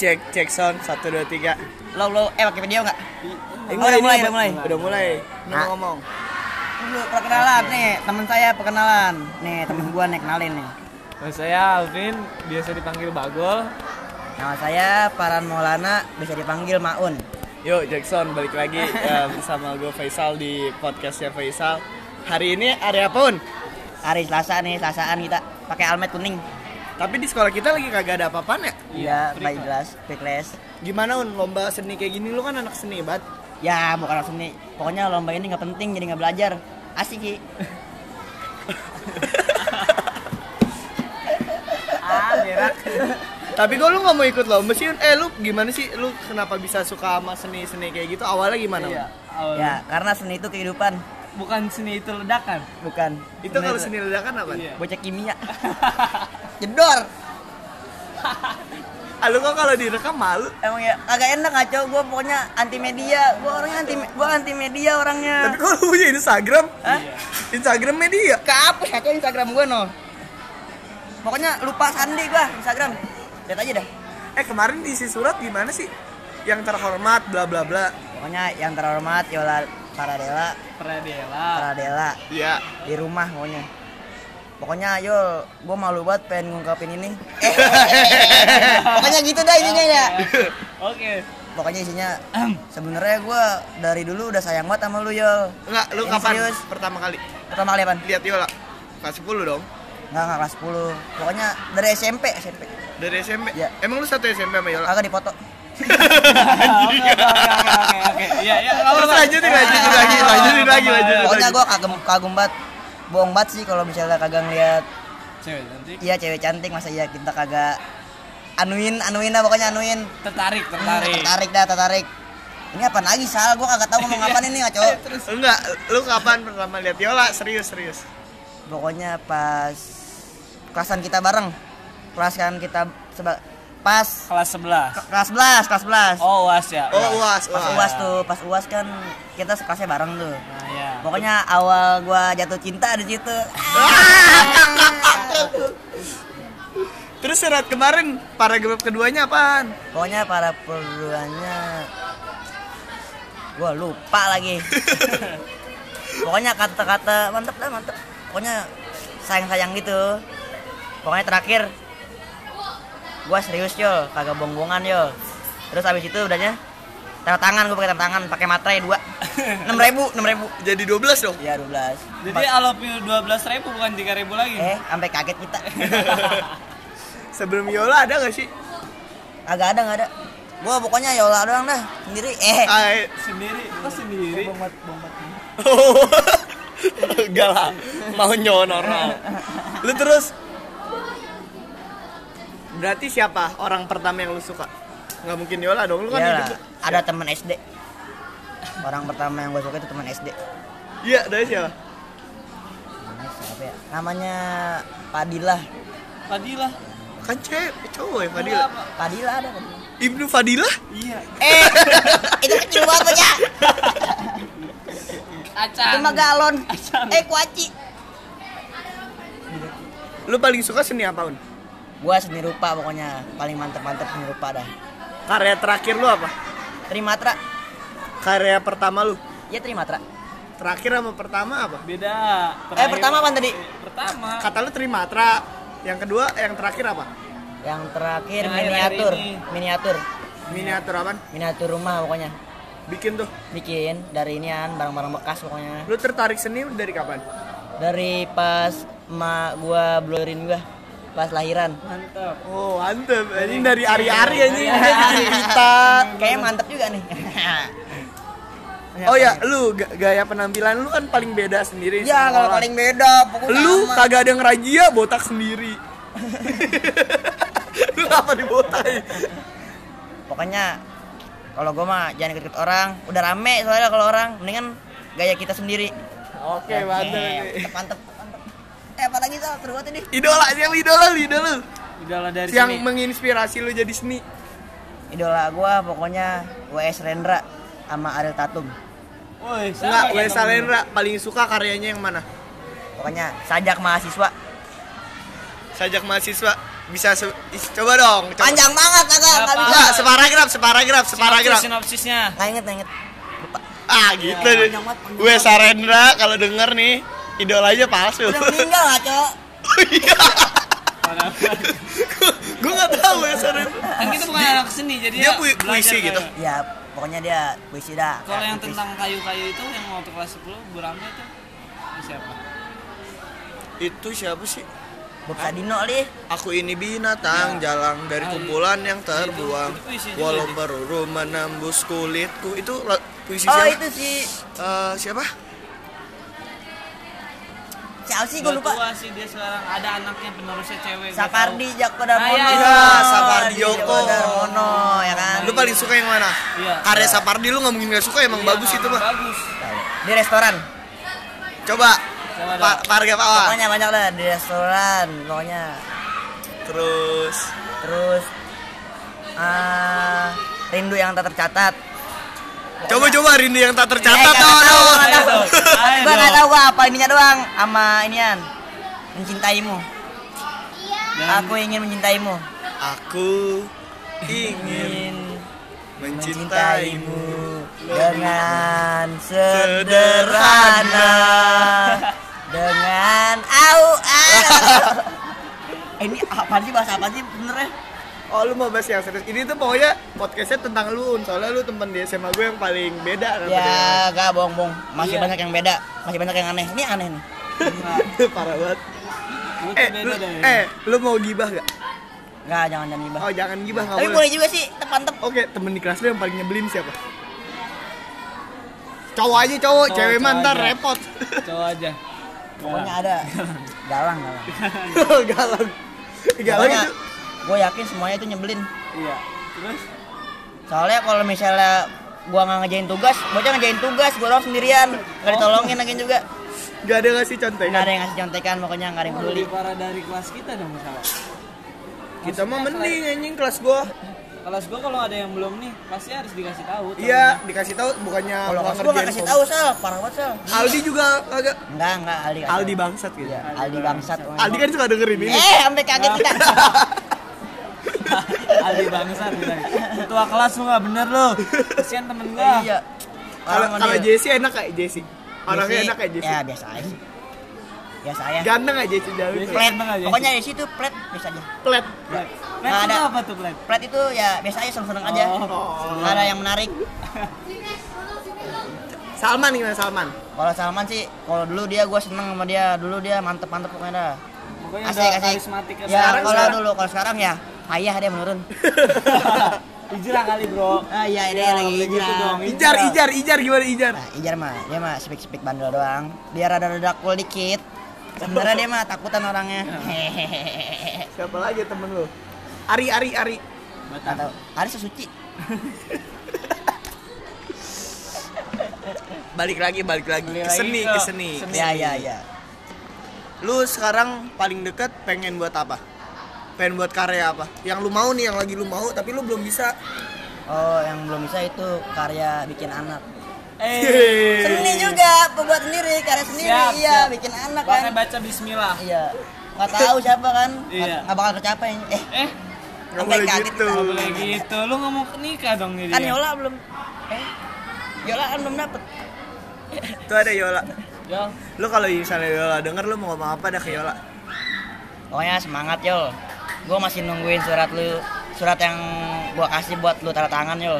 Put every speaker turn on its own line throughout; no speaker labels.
cek cek sound satu dua tiga
Lo lo eh pakai video nggak?
Eh,
Oh, udah
ini
mulai,
ngomong-
udah mulai.
udah mulai Nah, Ini
Ah.
mau ngomong
Dulu perkenalan nih, teman saya perkenalan. Nih, temen gua nih kenalin nih.
Nah, saya Alvin, biasa dipanggil Bagol.
Nama saya Paran Maulana, bisa dipanggil Maun.
yuk Jackson balik lagi ya, bersama gue Faisal di podcastnya Faisal hari ini area pun
Hari Selasa nih, Selasaan kita pakai almet kuning.
tapi di sekolah kita lagi kagak ada apa-apaan ya
Iya, baik jelas, backless.
gimana un lomba seni kayak gini lu kan anak seni banget
Ya, bukan langsung nih. Pokoknya lomba ini nggak penting, jadi nggak belajar. Asik Ki. ah, berak.
tapi kok lu nggak mau ikut lomba sih Un? eh lu gimana sih lu kenapa bisa suka sama seni seni kayak gitu awalnya gimana Un?
Ya.
Ya, karena seni itu kehidupan,
Bukan seni itu ledakan.
bukan.
itu kalau ya? seni ledakan apa
Iya.
bocah kimia. Jedor.
ah, lu kok kalau direkam malu
Emang ya agak enak ngaco gue pokoknya anti media. Gue orangnya anti gue anti media orangnya.
tapi kok iya? lu punya Instagram
Hah?
Instagram media
Kehapus aja Instagram gue no. Pokoknya lupa sandi gue Instagram. Lihat aja dah.
eh kemarin diisi surat gimana sih yang terhormat bla bla bla
Pokoknya yang terhormat Yola Paradela,
Pradela.
Paradela
Iya.
di rumah pokoknya. Pokoknya Yol, gue malu banget pengen ngungkapin ini. pokoknya gitu dah intinya ya.
Oke.
Pokoknya isinya sebenarnya gue dari dulu udah sayang banget sama lu Yol.
Enggak, lu
Ini
kapan
serius.
pertama kali
Pertama kali apaan?
lihat Yola? Kelas 10 dong.
Enggak, enggak kelas 10. Pokoknya dari SMP, SMP.
Dari SMP.
Iya. Ah,
Emang lu satu SMP sama Yola?
Kagak dipoto.
Oke, oke, oke, oke, oke. Iya, iya. nggak
Terus
apa-apa.
lanjutin, lanjutin lagi, lanjutin lagi, lanjutin lagi.
Pokoknya gue kagum kagum banget. Bohong banget sih kalau misalnya kagak ngeliat
Cewek cantik.
iya cewek cantik masa iya kita kagak anuin anuin dah pokoknya anuin
Tertarik,
Hmm,
tertarik.
tertarik dah tertarik ini apa lagi sal gue kagak tahu ngomong apa nih ngaco
Enggak, lu kapan pertama lihat Yola? Serius, serius.
pokoknya pas kelasan kita bareng kelasan kita seba- pas
Kelas 11.
kelas 11 kelas 11
Oh, UAS ya.
Oh, UAS,
pas
UAS.
uas tuh pas uas kan kita kelasnya bareng tuh
Nah, ya.
Pokoknya awal gua jatuh cinta di situ.
Terus surat kemarin paragraf keduanya apaan?
Pokoknya para perduanya gua lupa lagi. Pokoknya kata-kata mantep dah mantep. Pokoknya sayang-sayang gitu. Pokoknya terakhir gua serius yo, kagak bohong-bohongan yo. Terus habis itu udahnya tanda tangan gua pakai tanda tangan pakai materai dua enam ribu enam ribu
Jadi 12 dong.
ya dua belas
Jadi I love you 12.000 bukan 3.000 lagi.
eh sampai kaget kita
Sebelum Yola ada gak sih?
Agak ada nggak ada. Gua pokoknya Yola doang dah sendiri. Eh.
Ay.
Sendiri, kok sendiri?
Oh. Enggak lah, mau nyonor. Lu terus Berarti siapa orang pertama yang lu suka? Nggak mungkin Yola dong, lu kan
Iyalah,
hidup-
ada teman SD. Orang pertama yang gue suka itu teman SD.
Iya, dari siapa?
Namanya siapa ya? Namanya Padilla.
Fadilah.
Kan cewek, cowok ya Fadila.
Apa?
Padilla ada kan?
Ibnu Fadila?
Iya.
Eh, itu kecil banget punya.
Acan.
Itu mah galon. Eh, kuaci.
Lu paling suka seni apa, Un?
Gua seni rupa pokoknya paling mantep-mantep seni rupa dah.
Karya terakhir lu apa?
Trimatra.
Karya pertama lu.
Ya Trimatra.
Terakhir sama pertama apa?
Beda.
Eh, pertama apa tadi?
Pertama.
Kata lu Trimatra. Yang kedua, yang terakhir apa?
Yang terakhir
Yang akhir-akhir
miniatur,
ini.
miniatur.
Miniatur apaan?
Miniatur rumah pokoknya.
Bikin tuh.
Bikin dari inian barang-barang bekas pokoknya.
Lu tertarik seni dari kapan?
dari pas emak gua blurin gua pas lahiran
Mantap.
Oh, mantep. Anjing dari Ari-Ari anjing. Dia bikin pita.
kayaknya mantep juga nih
Oh ya, lu ga- gaya penampilan lu kan paling beda sendiri.
ya
sama
kalau
orang.
paling beda pokoknya
Lu
sama.
kagak ada yang rajia, botak sendiri. lu apa dibotai?
pokoknya kalau gua mah jangan ikut-ikut orang udah rame soalnya kalau orang mendingan gaya kita sendiri
Oke, mantep. nih.
Eh, mantep mantep mantep. eh apa lagi sal seru banget ini
Idola siapa idola lu, idola lu?
Udahlah dari
Yang
sini.
menginspirasi lu jadi seni.
idola gua pokoknya WS Rendra sama Ariel Tatum
Woi,
Enggak,
sama ya
Wes
kamu.
Salendra paling suka karyanya yang mana?
pokoknya sajak mahasiswa
Sajak mahasiswa. bisa se- is- coba dong coba.
Panjang banget agak nggak bisa.
Nggak, separagraf separagraf separagraf
sinopsisnya.
Nggak inget nggak inget. Lupa.
ah
Iya,
gitu deh
Panjang banget, panjang
gue Sarendra kalau denger nih idolanya palsu
Udah meninggal lah cok.
gue nggak tahu ya Sarendra
Kan kita bukan anak seni, jadi
Dia
ya
pui-
belajar
puisi
kayak-
gitu.
Ya pokoknya dia puisi dah.
Kalau yang
Puisi.
tentang kayu-kayu itu yang waktu kelas 10 beramai itu siapa?
itu siapa sih
Bob Sadino li.
Aku ini binatang jalan dari
Ah,
kumpulan yang terbuang
itu puisi juga
Walau
itu.
beruru menembus kulitku Itu la- puisi
Oh
siapa?
itu si
Eh, siapa?
siapa sih gue
Udah
lupa.
tua sih dia sekarang ada anaknya penerusnya cewek. gua
Sapardi
tahu.
Jako Darmono.
Ah, iya.
Iya, Sapardi
Jako
Djoko.
Darmono ya kan.
Lu paling suka yang mana?
Iya.
Karya Sapardi lu nggak mungkin gak suka emang
Iya,
bagus itu mah
Bagus.
Eh, Di restoran.
Coba
Coba
Pak Parga Pawan
Pokoknya banyak lah di restoran. Pokoknya
Terus
terus ah, rindu yang tak tercatat.
Iya.
Coba-coba Rindu yang tak tercatat no, no.
Eh, nggak tahu, nggak
Ayo
tahu.
dong, ayo
Gua nggak
dong.
tahu gua apa ininya doang sama inian. Mencintaimu.
Dan
Aku ingin mencintaimu.
Aku ingin
Ingin mencintaimu
mencintaimu
dengan sederhana dengan au au. Eh, ini apa sih bahasa apa sih ya? benernya?
Oh lu mau bahas yang serius Ini tuh pokoknya podcastnya tentang lu Soalnya lu temen di SMA gue yang paling beda kan
Ya, gak bohong-bohong. Masih
Iya.
banyak yang beda, masih banyak yang aneh. Ini aneh nih.
Parah banget
gua
Eh,
beda
lu,
deh.
eh, lu mau gibah gak?
Enggak, jangan jangan gibah.
Oh jangan gibah nggak
Tapi
boleh.
boleh juga sih, tep-tep.
Oke temen di kelas lu yang paling nyebelin siapa? Cowok aja cowok,
Oh,
Cowok,
cewek mah
cowok
ntar
aja.
repot.
Cowok aja.
Pokoknya ada galang galang.
Galang. Galang
Pokoknya
Oh, itu.
gue yakin semuanya itu nyebelin.
Iya. Terus
Soalnya kalau misalnya gua nggak ngejain tugas, bocah ngejain tugas, gua doang sendirian, nggak ditolongin lagi juga.
Gak ada ngasih
Nggak
contekan.
ada yang ngasih contekan, pokoknya nggak ada yang peduli.
lebih parah dari kelas kita dong masalah.
Kita mah mending anjing kelas gua.
Kelas gua kalau ada yang belum nih pasti harus dikasih tahu.
Iya, dikasih tahu bukannya
Kalau
nggak
kelas gua nggak
ngerjain
kasih
kom-
tahu sal, parah banget sal.
Aldi juga agak
Enggak enggak Aldi. kasih
Aldi
tahu.
bangsat gitu.
Iya, Aldi bangsat.
Aldi kan suka dengerin ini.
Eh, sampai kaget kita.
Aldi bangsat bilang. Ketua kelas lu nggak bener lu. Kasihan temen gua.
Iya.
Kalau
Orang
kalau
dia-
Jesse enak kayak Jesse. Orangnya
Jesse-
enak kayak Jesse.
Ya biasa aja. sih. Biasa aja.
Ganteng aja Jesse jauh.
Jesse.
Plat,
Emang nggak Jesse?
pokoknya di situ plat biasa aja.
Plat.
Plat. Plat
Nggak
itu
ada.
apa tuh plat?
Plat itu ya biasa aja seneng-seneng aja.
Oh.
Nggak ada yang menarik.
Salman gimana Salman?
Kalau Salman sih, kalau dulu dia gue seneng sama dia, dulu dia mantep-mantep pokoknya dah.
Oh,
Pokoknya
Asik,
udah
asik.
karismatik kan.
Ya
iya, Sekarang,
kalau
sekarang.
dulu, kalau sekarang ya payah dia menurun.
Hijrah kali, Bro.
Ah iya
Ya,
dia lagi
kayak gitu
hijrah.
dong.
Ijar, Ijar, Ijar gimana Ijar?
Nah, ijar mah dia mah speak speak bandel doang. Dia rada rada cool dikit. Sebenarnya dia mah takutan orangnya.
Iya.
Hehehe.
Siapa lagi ya temen lu? Ari, Ari, Ari.
Batak.
Atau ada sesuci.
Balik lagi, balik lagi.
Balik
Ke
lagi
seni,
ke
ke seni.
seni.
Ya ya
iya.
ya.
Lu sekarang paling deket pengen buat apa? Pengen buat karya apa? Yang lu mau nih, yang lagi lu mau, tapi lu belum bisa.
Oh yang belum bisa itu karya bikin anak.
Eh.
Seni juga, pembuat sendiri, karya sendiri.
Siap,
iya
siap.
bikin anak
Pakai
kan.
baca bismillah.
Iya. Gak tahu siapa kan.
Iya.
Nggak bakal tercapai. Eh
Eh,
Gak
Sampai
boleh
kaget
gitu.
kita.
nggak boleh gitu. Lu nggak mau nikah dong nih
kan
dia.
Yola belum. Eh Yola kan belum dapet.
Tuh ada Yola.
Yo.
Lu kalau misalnya Yola denger lu mau ngomong apa dah ke Yola?
Pokoknya semangat Yol Gue masih nungguin surat lu Surat yang gua kasih buat lu tanda tangan Yol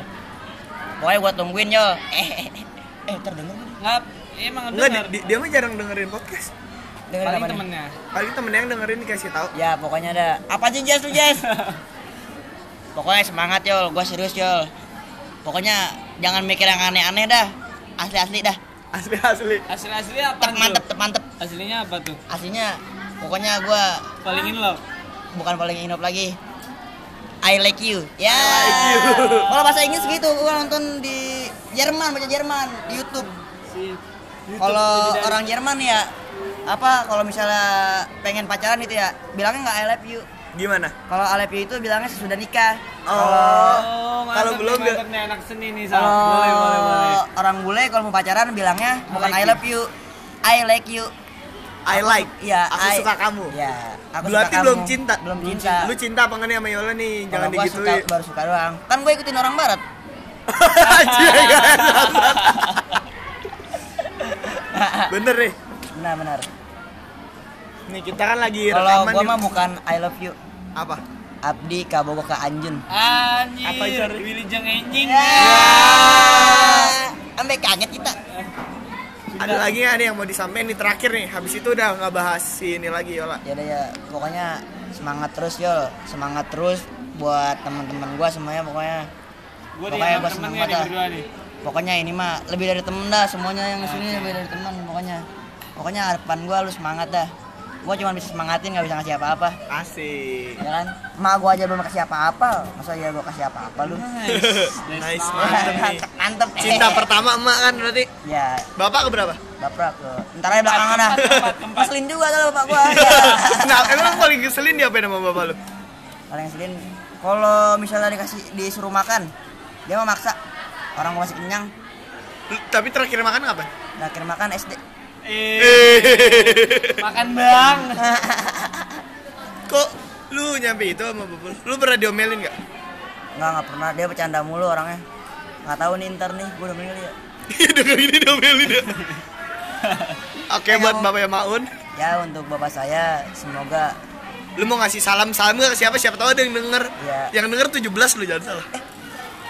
Pokoknya gua tungguin Yol Eh eh eh, eh ntar denger nggak
Nggak, iya, emang
Enggak,
denger.
di- di- dia mah jarang dengerin podcast.
dia? Dengerin
Paling
apa nih?
temennya.
Paling temen yang dengerin dikasih tahu.
Ya pokoknya ada Apa sih Jess lu Jess? Pokoknya semangat Yol Gua serius Yol Pokoknya jangan mikir yang aneh-aneh dah Asli-asli dah
Asli asli.
Asli-asli apa
Tep
tuh?
mantep, tep mantep
Aslinya apa tuh?
Aslinya pokoknya gua
Paling in love.
bukan paling inop lagi I like you ya
like you.
kalau bahasa Inggris gitu gua nonton di Jerman baca Jerman di YouTube
Si
kalau
orang
orang Jerman ya apa kalau misalnya pengen pacaran itu ya bilangnya nggak I love you
Gimana?
kalau I love you itu bilangnya sesudah nikah
Oh. nah, Kalau
kalau
belum
belum
nggak-
nih anak seni nih Sal. Boleh, boleh, boleh.
kalau orang bule kalau mau pacaran bilangnya bukan I
like you.
love you I like you
I like.
Iya,
Aku
I-
suka kamu.
Iya, aku
Berarti
suka
belum
kamu.
cinta.
Belum cinta.
Lu cinta apa nggak nih sama Yola nih?
Kalau
Jangan
gua
digituin.
suka baru suka doang. Kan gue ikutin orang barat.
Anjir, ya, bangsat. Bener deh.
Benar benar.
Nih kita kan lagi
Kalau
rekaman
gua
nih.
mah bukan I love you.
apa?
Abdi Kabogo Ka Anjun.
Anjir.
Apa itu, Ri?
Willy Jeng Enjing.
Ya. Sampai Ya. kaget kita.
Ada lagi nggak nih yang mau disampaikan nih terakhir nih. Habis itu udah nggak bahas si ini lagi Yola.
Ya udah ya, pokoknya semangat terus yol, semangat terus buat teman-teman gua semuanya pokoknya.
Gue nih
Pokoknya
sama
gua
temen
seneng
nih ada
banget
berdua nih.
Pokoknya ini mah lebih dari temen dah semuanya yang di sini lebih dari teman pokoknya. Pokoknya harapan gua lu semangat dah. Gua cuma bisa semangatin nggak bisa ngasih apa-apa.
Asik.
Ya kan? Mak gua aja belum kasih apa-apa. Masa ya gua kasih apa-apa lu?
Nice, mantep nih.
mantep, mantep.
Cinta pertama emak kan berarti.
Ya,
Bapak keberapa?
bapak ke. Ntar aja belakangan dah.
Keempat, keempat.
Ngeselin juga kalau bapak gua. Ya.
nah, emang paling keselin diapain sama bapak lu?
Paling ngeselin kalau misalnya dikasih disuruh makan, dia mau maksa. Orang gua masih kenyang,
Lu- Tapi terakhir makan apa?
terakhir makan SD.
Eh, makan bang.
Kok lu nyampe itu sama bapak lu? Lu pernah diomelin nggak?
Enggak, enggak pernah. Dia bercanda mulu orangnya. Enggak tahu nih ntar nih, gua udah meninggal ya.
Udah kayak gini Iya, diomelin ya. Oke buat Bapak ya Maun.
Ya untuk bapak saya semoga
Lu mau ngasih salam-salam gak ke siapa? Siapa tahu ada yang denger.
Iya.
Yang denger 17 lu jangan salah.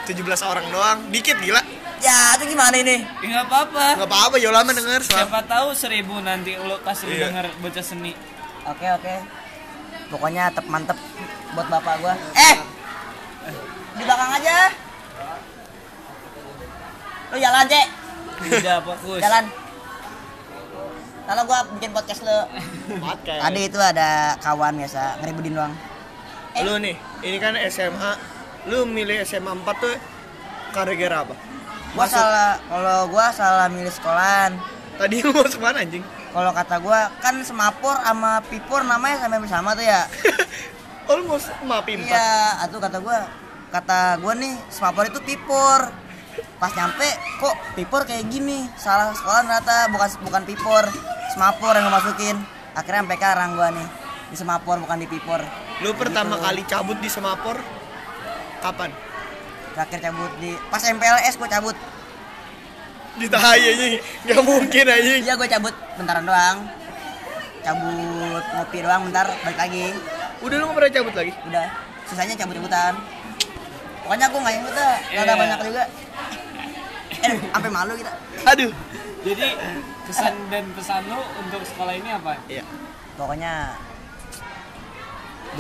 17 orang doang, dikit gila.
ya itu gimana ini?
Ya, nggak apa-apa.
Gak apa-apa, Yolama denger. Selamat.
Siapa tahu seribu nanti lo pas lu
Iya.
denger bocah seni.
Oke oke. Pokoknya tetap mantep buat bapak gua. Eh, di belakang aja. Lu jalan cek,
Udah fokus.
jalan. Kalau gua bikin podcast lu. Tadi itu ada kawan biasa ngeribudin doang.
Lu nih, ini kan SMA. Lu milih SMA 4 tuh karena gara apa?
Gua
Masuk.
salah kalau gua salah milih sekolahan.
Tadi lu mau mana anjing?
Kalau kata gua kan semapur sama pipur namanya sampai bersama tuh ya.
Oh lu mau se- mapi 4?
Iya, atau kata gua kata gua nih semapur itu pipur. Pas nyampe kok pipur kayak gini, salah sekolah ternyata bukan bukan pipur, semapur yang gua masukin. Akhirnya sampai karang gua nih di semapur bukan di pipur.
Lu pertama
Gitu.
kali cabut di semapor kapan?
Terakhir cabut di pas MPLS gua cabut.
Ditahi anjing, gak mungkin anjing.
Iya gua cabut bentaran doang. Cabut ngopi doang bentar balik lagi.
Udah lu nggak pernah cabut lagi?
Udah, sisanya cabut-cabutan. Pokoknya aku nggak ikut dah, nggak ada
Iya.
banyak juga. Eh, sampai malu kita.
Aduh.
Jadi kesan dan pesan lu untuk sekolah ini apa?
Iya.
pokoknya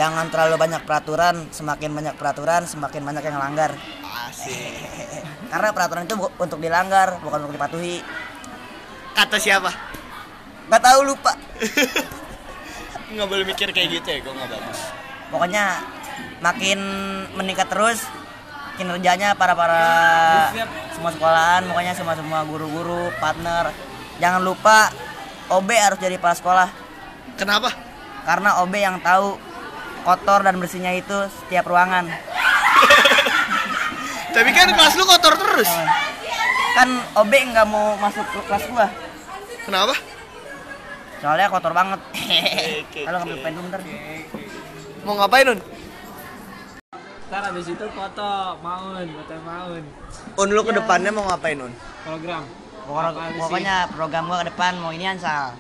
jangan terlalu banyak peraturan semakin banyak peraturan semakin banyak yang langgar
Asik.
karena peraturan itu bu- untuk dilanggar bukan untuk dipatuhi
Kata siapa?
nggak tahu lupa
Nggak boleh mikir kayak gitu ya, gue nggak bagus.
pokoknya makin meningkat terus kinerjanya para para semua sekolahan pokoknya semua semua guru-guru partner jangan lupa OB harus jadi kepala sekolah
Kenapa?
karena OB yang tahu kotor dan bersihnya itu setiap ruangan
Tapi kan kelas lu kotor terus.
kan OB nggak mau masuk ke kelas gua
Kenapa?
soalnya kotor banget
oke,
kalau ngambil pen dulu ntar
Mau ngapain, Un?
Ntar habis itu foto maun, foto maun.
Un lu ke depannya mau ngapain, Un?
Program.
Pokoknya-
Apaan sih?
pokoknya program gua ke depan mau ini ansal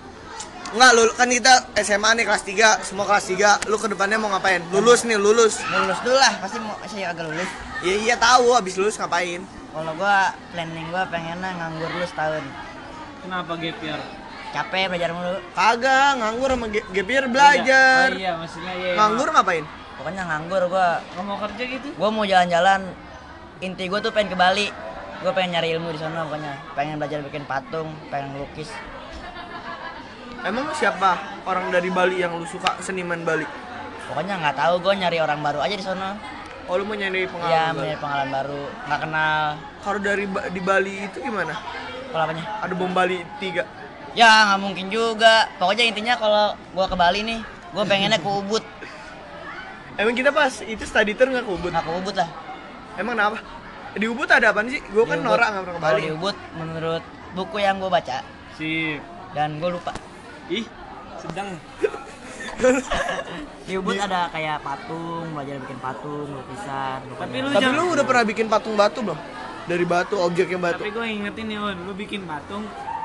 Enggak, lu kan kita SMA nih kelas 3, semua kelas 3. Lu ke depannya mau ngapain? Lulus nih, lulus.
lulus dulu lah pasti mau masih agak lulus
Ya iya tahu habis lulus ngapain.
kalau gua planning gua pengennya nganggur dulu setahun
Kenapa gap year?
capek belajar mulu
Kagak, nganggur sama ge- gap year belajar.
Oh iya, maksudnya ya.
Nganggur ngapain?
pokoknya nganggur gua
Nggak mau kerja gitu?
gua mau jalan-jalan inti gua tuh pengen ke Bali gua pengen nyari ilmu di sana pokoknya pengen belajar bikin patung pengen lukis
Emang siapa orang dari Bali yang lu suka seniman Bali?
pokoknya nggak tahu gua nyari orang baru aja di sana
Oh lu mau nyari pengalaman
ya
baru?
mencari pengalaman baru nggak kenal
Kalau dari Ba- di Bali itu gimana?
kalau apanya
Ada bom Bali 3.
Ya nggak mungkin juga. Pokoknya intinya kalau gua ke Bali nih, gua pengennya ke Ubud.
Emang kita pas itu study tour nggak ke Ubud?
Nggak ke Ubud lah.
Emang kenapa? Di Ubud ada apa sih? Gue
Di
kan
Ubud-
norak nggak pernah ke
kalau
Bali.
Di Ubud menurut buku yang gua baca
Sip.
dan gua lupa.
Ih, sedang
Di Ubud ada kayak patung, belajar bikin patung, lukisan.
Tapi
pokoknya.
lu
Tapi
jangan-
lu udah pernah bikin patung batu belum? Dari batu, objeknya batu.
Tapi gue ingetin nih, On, lu bikin patung,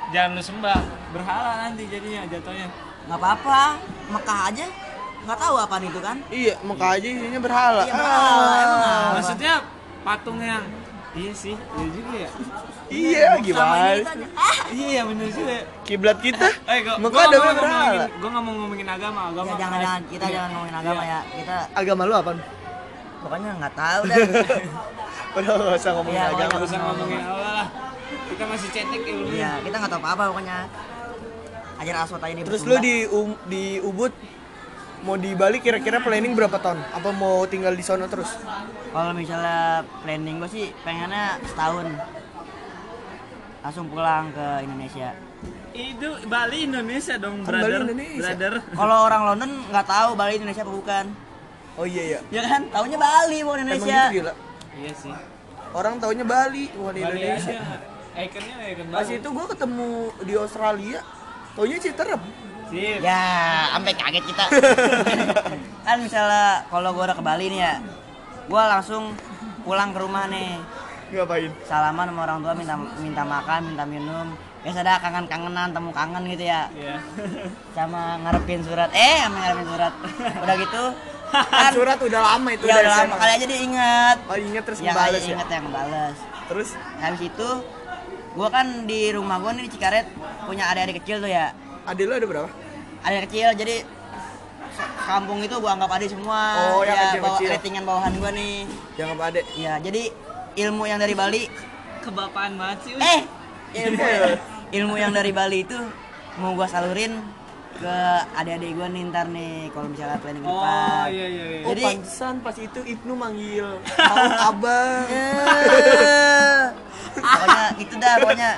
jangan lu sembah. Berhala nanti jadinya jatuhnya.
nggak apa-apa, Mekah aja nggak tahu apa itu kan?
Iya, Mekah aja isinya berhala.
Iya, berhala,
Ah.
emang apa?
Maksudnya patung yang iya sih, iya juga ya.
Iya,
Sama ini
gimana?
kita aja. Ah,
Iya ya bener juga. ya.
Kiblat kita.
Eh, gua,
Mekah
gua
ada
nggak mau
berhala.
ngomongin, gua nggak mau ngomongin agama, agama.
ya, jangan jangan kita jangan ngomongin agama
Iya.
ya. Kita
Agama lu apa?
pokoknya nggak tahu deh.
Udah gak usah ngomongin
Iya,
agama.
Gak usah ngomongin Allah lah. Kita masih cetek ya, ilmunya.
Iya, kita nggak tahu apa-apa pokoknya. Ajar aswat aja di
Terus lu
Batumbas.
di U- di Ubud mau di Bali kira-kira planning berapa tahun? Apa mau tinggal di sana terus?
Kalau misalnya planning gue sih pengennya setahun langsung pulang ke Indonesia.
Itu Bali Indonesia dong,
Kan
brother.
Bali Indonesia.
Brother.
Kalau orang London nggak tahu Bali Indonesia apa bukan.
Oh iya iya.
Ya kan? Taunya Bali bukan
Emang
Indonesia.
gitu gila.
Iya sih.
Orang taunya Bali, bukan
Bali
Indonesia.
aja. Ikonnya ya, ikon
Pas
Bali.
itu gua ketemu di Australia, taunya Citerep.
Sip.
Ya, sampai kaget kita. kan misalnya kalau gue udah ke Bali nih ya, gue langsung pulang ke rumah nih.
Ngapain?
Salaman sama orang tua minta minta makan, minta minum. Biasa ada kangen-kangenan, temu kangen gitu ya.
Iya.
Sama ngarepin surat. Eh, sama ngarepin surat. Udah gitu kan
Surat udah lama itu
ya
dari
udah lama
SMA.
kali aja diingat.
Oh, ingat terus
Ya
ngebales
kali
ya.
inget yang balas.
Terus
Habis itu gue kan di rumah gue nih di Cikaret punya adik-adik kecil tuh ya.
adil lu ada berapa?
adik kecil jadi se- kampung itu gua anggap adik semua
Oh, yang
ya bawa
kecil-kecil.
ratingan bawahan gua nih
Yang apa adek?
ya jadi ilmu yang dari Bali
Kebapaan banget sih. Us.
eh ilmu ilmu yang dari Bali itu mau gua salurin ke adik-adik gua nih ntar nih kalau misalnya planning ke depan
Oh iya iya iya.
Oh,
Jadi-
pantesan pas itu Ibnu manggil "Mau abang.
Eh, pokoknya itu dah pokoknya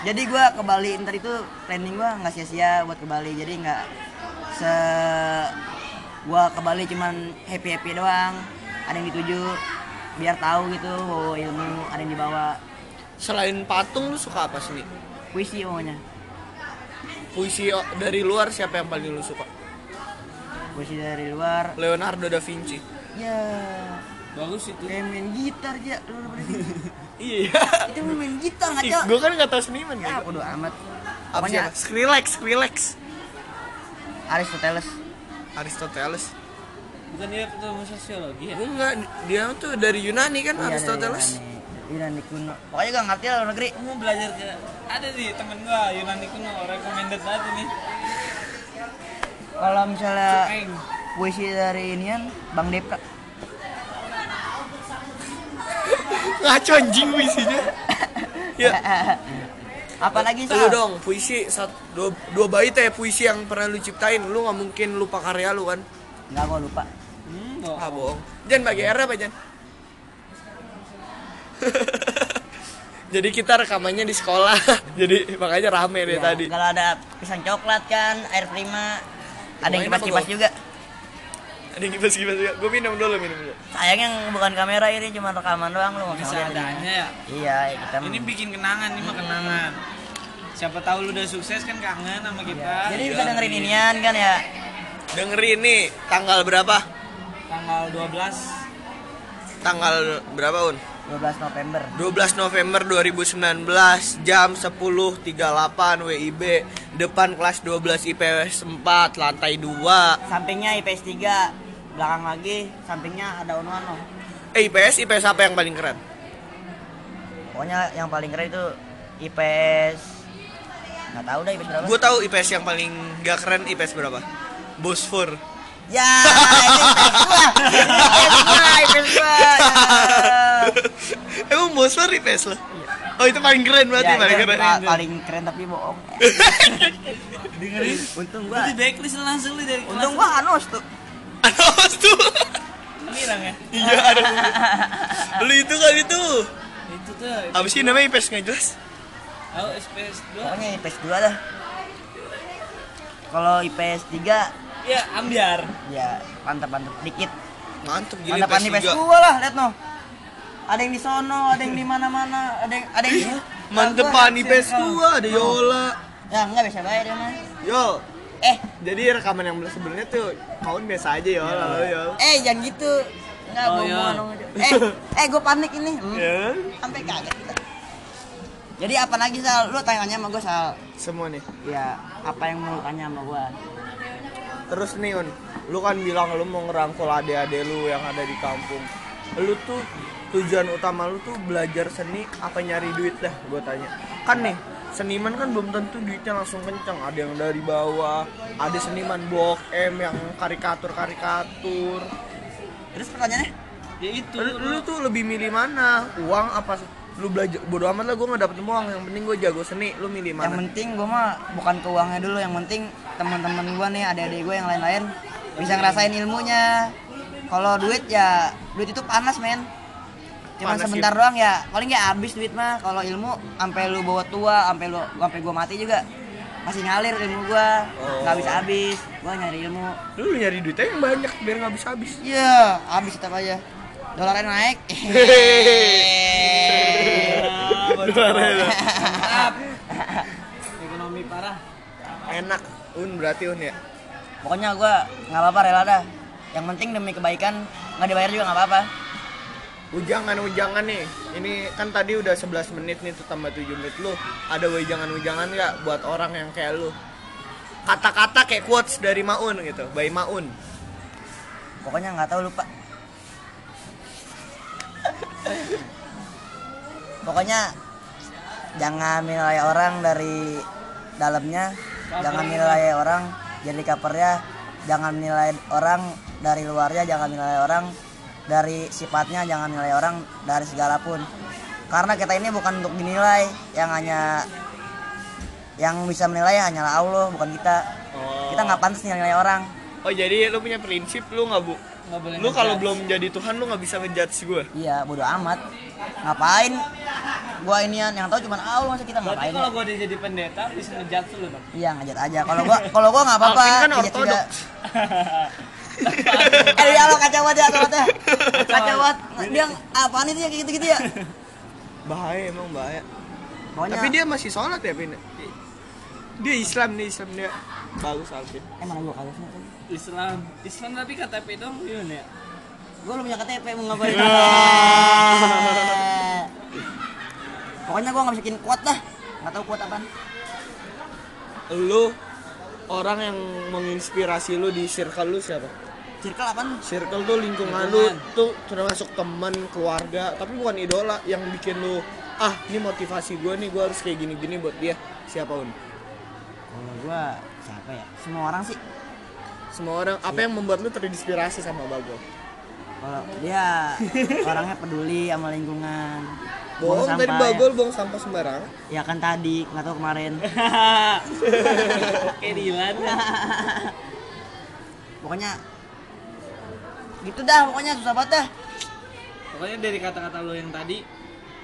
jadi gua ke Bali ntar itu planning gua nggak sia-sia buat ke Bali jadi nggak se gua ke Bali cuman happy happy doang ada yang dituju biar tahu gitu wow, ilmu ada yang dibawa
Selain patung lu suka apa sih? Nih?
puisi pokoknya
Puisi o- dari luar siapa yang paling lu suka?
puisi dari luar
Leonardo da Vinci.
ya
Bagus itu.
kayak main gitar aja lu udah pada gitu.
Iya.
itu lu main gitar
Ih,
ngaco
gua kan gak tau seniman
ya
ya.
bodo amat
Apa sih?
pokoknya
Skrillex, Skrillex.
Aristoteles
Aristoteles.
Bukan dia ketemu sosiologi ya?
Enggak, dia tuh dari Yunani kan
Iya, dari
Aristoteles.
Yunani. Yunani kuno pokoknya gak ngerti lah luar negeri
Kamu belajar ke ada nih temen gua Yunani kuno recommended banget ini.
kalau misalnya
Eng.
puisi dari inian Bang Depra
Ngaco anjing puisinya. Ya, lu
apalagi sih
dong puisi sat- dua, dua bait ya puisi yang pernah lu ciptain. Lu nggak mungkin lupa karya lu kan?
nggak gua lupa
Hmm, bohong.
Ah, bohong. Jan bagi R apa Jan? Jadi kita rekamannya di sekolah. Jadi makanya rame deh
Ya,
Iya, tadi.
kalau ada pisang coklat kan air prima ada
Pokoknya apa,
yang kipas-kipas
Bang?
juga
Ada yang kipas kipas juga. Gue minum dulu, minum dulu.
sayangnya bukan kamera ini cuma rekaman doang lu nggak
Bisa
usah lihat ini.
adanya ya.
iya ya kita
Ini bikin kenangan, ini mah kenangan. Siapa tahu lu udah sukses kan kangen sama kita. Iya.
jadi bisa dengerin inian kan ya
Dengerin nih, tanggal berapa?
Tanggal 12
Tanggal berapa, Un?
12 November
12 November 2019 jam 10.38 WIB depan kelas 12 IPS 4 lantai 2
sampingnya IPS 3 belakang lagi sampingnya ada Onwano
eh IPS IPS apa yang paling keren
pokoknya yang paling keren itu IPS nggak tahu dah IPS berapa
gue tahu IPS yang paling gak keren IPS berapa Bosfor
ya ini IPS gua IPS gua IPS gua
emang Bosfor IPS loh oh itu paling keren
ya.
berarti
Ya,
paling
itu
keren
pa- paling keren tapi bohong
dengerin.
untung
Lu
gua
di backlist lu langsung lu dari kelas.
untung gua anus tuh
Anos tuh
bilang ya.
iya ada lu itu kali tuh
Itu tuh.
apa sih namanya IPS nggak jelas
Aku SPS 2.
pokoknya IPS 2 dah kalau IPS 3
Ya, ambiar.
ya mantap-mantap dikit
mantep gila
mantap
IPS
IPS
juga
gua lah lihat noh ada yang di sono ada yang di mana-mana ada yang ada
Iya,
yang
mantepan IPS gua ada Yola
Ya enggak bisa bayar ya, Mas.
Yo,
eh
Jadi rekaman yang belas sebelumnya tuh kawan biasa aja ya, lalu ya.
eh jangan gitu nggak
Oh,
mau
iya.
ngomong aja. eh eh gue panik ini Hmm,
Ya kan?
sampai kaget kita. jadi apa lagi sal lu tanya sama gue sal
Semua nih.
ya apa yang mau lu tanya sama gue
Terus nih Un, lu kan bilang lu mau ngerangkul adik-adik lu yang ada di kampung. Lu tuh tujuan utama lu tuh belajar seni apa nyari duit dah gue tanya. Kan nih, seniman kan belum tentu duitnya langsung kencang. Ada yang dari bawah, ada seniman blok M yang karikatur-karikatur.
terus pertanyaannya
ya itu
Lu, lu tuh lebih milih mana? Uang apa lu belajar bodo amat lah gue nggak dapet uang yang penting gue jago seni lu milih
yang
mana
penting gue mah bukan ke uangnya dulu yang penting teman-teman gue nih adik-adik gue yang lain-lain bisa ngerasain ilmunya kalau duit ya duit itu panas men cuma
Panas,
sebentar doang ya paling ya habis duit mah kalau ilmu sampai lu bawa tua sampai lu sampai gue mati juga masih ngalir ilmu gue nggak habis habis gue nyari ilmu
lu nyari duitnya yang banyak biar nggak habis habis
iya habis tetap aja dolarnya naik
Mantap. ekonomi parah
enak un berarti un ya
pokoknya gue nggak apa-apa rela dah yang penting demi kebaikan nggak dibayar juga nggak apa-apa
Ujangan-ujangan nih, ini kan tadi udah 11 menit nih tuh tambah 7 menit lu Ada ujangan-ujangan nggak buat orang yang kayak lu? Kata-kata kayak quotes dari Maun gitu, by Maun
pokoknya nggak tahu lupa pokoknya jangan menilai orang dari dalamnya jangan menilai orang jadi covernya jangan menilai orang dari luarnya jangan menilai orang dari sifatnya jangan menilai orang dari segala pun karena kita ini bukan untuk dinilai yang hanya yang bisa menilai hanyalah Allah bukan kita
Oh,
kita nggak pantas nilai orang
oh jadi lu punya prinsip lu nggak bu?
nggak boleh
Lu kalau
ngejudge.
belum jadi Tuhan lu nggak bisa ngejudge gue
Iya, bodo amat. Ngapain? Gua inian yang tahu cuman Allah masa kita
berarti
ngapain?
kalau gua udah jadi pendeta bisa ngejat lu dong
Iya, ngajat aja. Kalau gua kalau gua enggak apa-apa.
Alvin kan
ngejat juga.
ortodoks.
Eh, ya Allah kacau banget ya sholatnya. Kacau banget. Dia apaan itu ya kayak gitu-gitu ya?
Bahaya emang bahaya
Pokoknya
Tapi dia masih sholat ya Pin? Dia Islam nih, Islam dia Bagus Alvin
emang gua kagak sih.
Islam Islam tapi KTP dong Yun ya
Gua belum punya KTP mau ngapain?
Iya.
Pokoknya gua enggak bisa bikin kuat dah. Enggak tahu kuat apaan.
Lu orang yang menginspirasi lu di circle lu siapa?
Circle apaan?
circle tuh lingkungan lu tuh termasuk teman keluarga tapi bukan idola yang bikin lu ah ini motivasi gue nih gue harus kayak gini-gini buat dia siapa un
Kalau gua siapa ya? Semua orang sih
semua orang apa yang membuat lu terinspirasi sama bago
kalau dia orangnya peduli sama lingkungan Buang
bohong tadi
sampah,
bagol bohong sampah sembarangan
ya kan tadi nggak tahu kemarin
kayak Dilan
pokoknya gitu dah pokoknya susah banget dah
pokoknya dari kata-kata lu yang tadi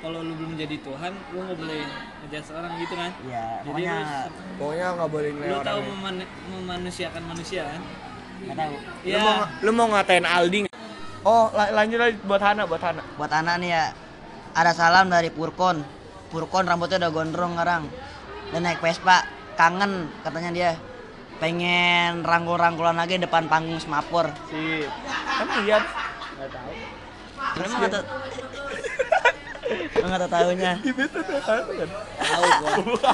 kalau lu belum jadi Tuhan lu nggak boleh ngejat orang gitu kan
ya
Jadi
pokoknya
lu-
pokoknya nggak boleh nilai
lu
orang
tahu meman- memanusiakan manusia kan
nggak tahu
lu mau
ya
lu mau ngatain Aldi nggak? Iya. oh la- lanjut lagi buat Hana buat Hana
buat anak nih ya ada salam dari Purkon Purkon rambutnya udah gondrong sekarang dan naik Vespa kangen katanya dia pengen rangkul-rangkulan lagi depan panggung semapur
sip emang iya nggak tahu
Terus nggak tahu nggak tahu tahunya
itu tuh Hana kan
tahu gua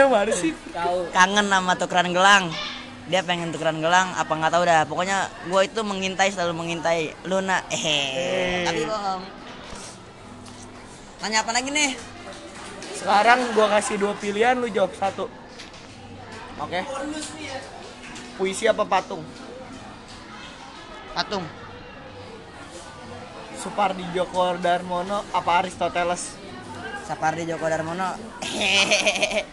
yang mana sih
tahu
kangen sama tukeran gelang dia pengen tukeran gelang apa nggak tahu dah pokoknya gue itu mengintai selalu mengintai Luna eh tapi bohong nanya apa lagi nih
Sekarang gua kasih dua pilihan lu jawab satu. Oke. Puisi apa patung?
patung
Supardi Djoko Darmono apa Aristoteles?
Sapardi Djoko Darmono Hehehe.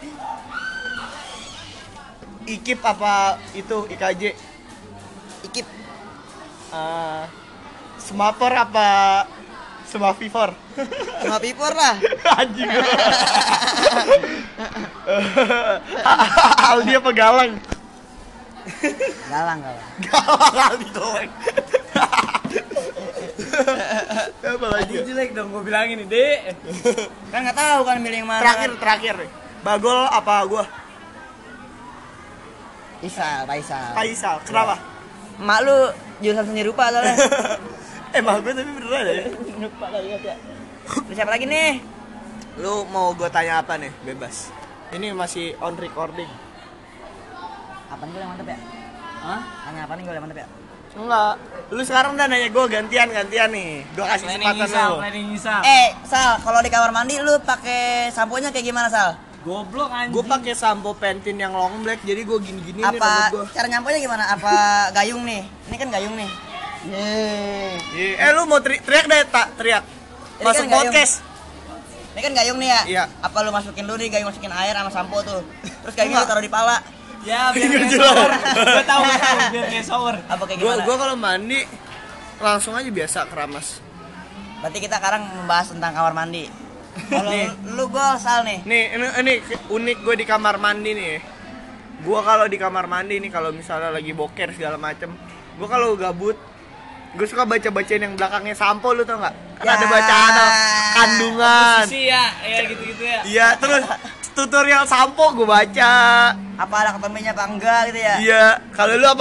Ikip apa itu IKJ?
ikip
Eh, semapor apa semavivor?
sama Pipor lah
Anjing. Aldi apa galang?
galang galang
Galang Aldi doang. apa lagi?
jelek dong gua bilangin nih dek
kan nggak tahu kan milih yang mana
Terakhir terakhir nih. Bagol apa gua?
Isal, Faisal. Ya.
Kaisal kenapa
Mak lu jurusan seni rupa kan? soalnya.
emang gue Eh, tapi beneran ya
lupa lagi ya. Terus siapa lagi nih?
lu mau gue tanya apa nih bebas ini masih on recording
Apa nih gue yang mantep ya?
Hah?
Tanya apa nih gue yang mantep ya?
enggak lu sekarang udah nanya gue gantian gantian nih gue kasih
Planning
kesempatan
ngisap,
lu
planning ngisap.
Eh, Sal, kalau di kamar mandi lu pakai sampo-nya kayak gimana, Sal?
Goblok anjing.
gue pakai sampo pentin yang long black jadi gue gini gini nih
Apa
rambut gue
cara nyamponya gimana? Apa gayung nih? Ini kan gayung nih. Yeay.
eh lu mau tri- teriak deh tak teriak
Ini
masuk
kan gayung.
podcast
Ini kan gayung nih ya?
Iya.
Apa lu masukin dulu nih gayung masukin air sama sampo tuh. Terus gayungnya lu
Enggak.
taruh di pala.
Ya, biar
Nggak
dia
jelas.
shower. Gua tahu gua tahu, biar dia shower.
Apa kayak
gue
gimana?
gue kalau mandi langsung aja biasa keramas
Berarti kita sekarang membahas tentang kamar mandi. Kalau
Nih.
lu gol Sal nih.
nih ini, ini unik gue di kamar mandi nih gue kalau di kamar mandi nih kalau misalnya lagi boker segala macem gue kalau gabut gue suka baca bacain yang belakangnya sampo lu tau nggak Kan ada
Ya.
bacaan apa? kandungan
Sih ya, ya gitu-gitu ya.
iya terus tutorial sampo gue baca
Apa ada ketemunya apa enggak gitu ya?
iya kalau lu apa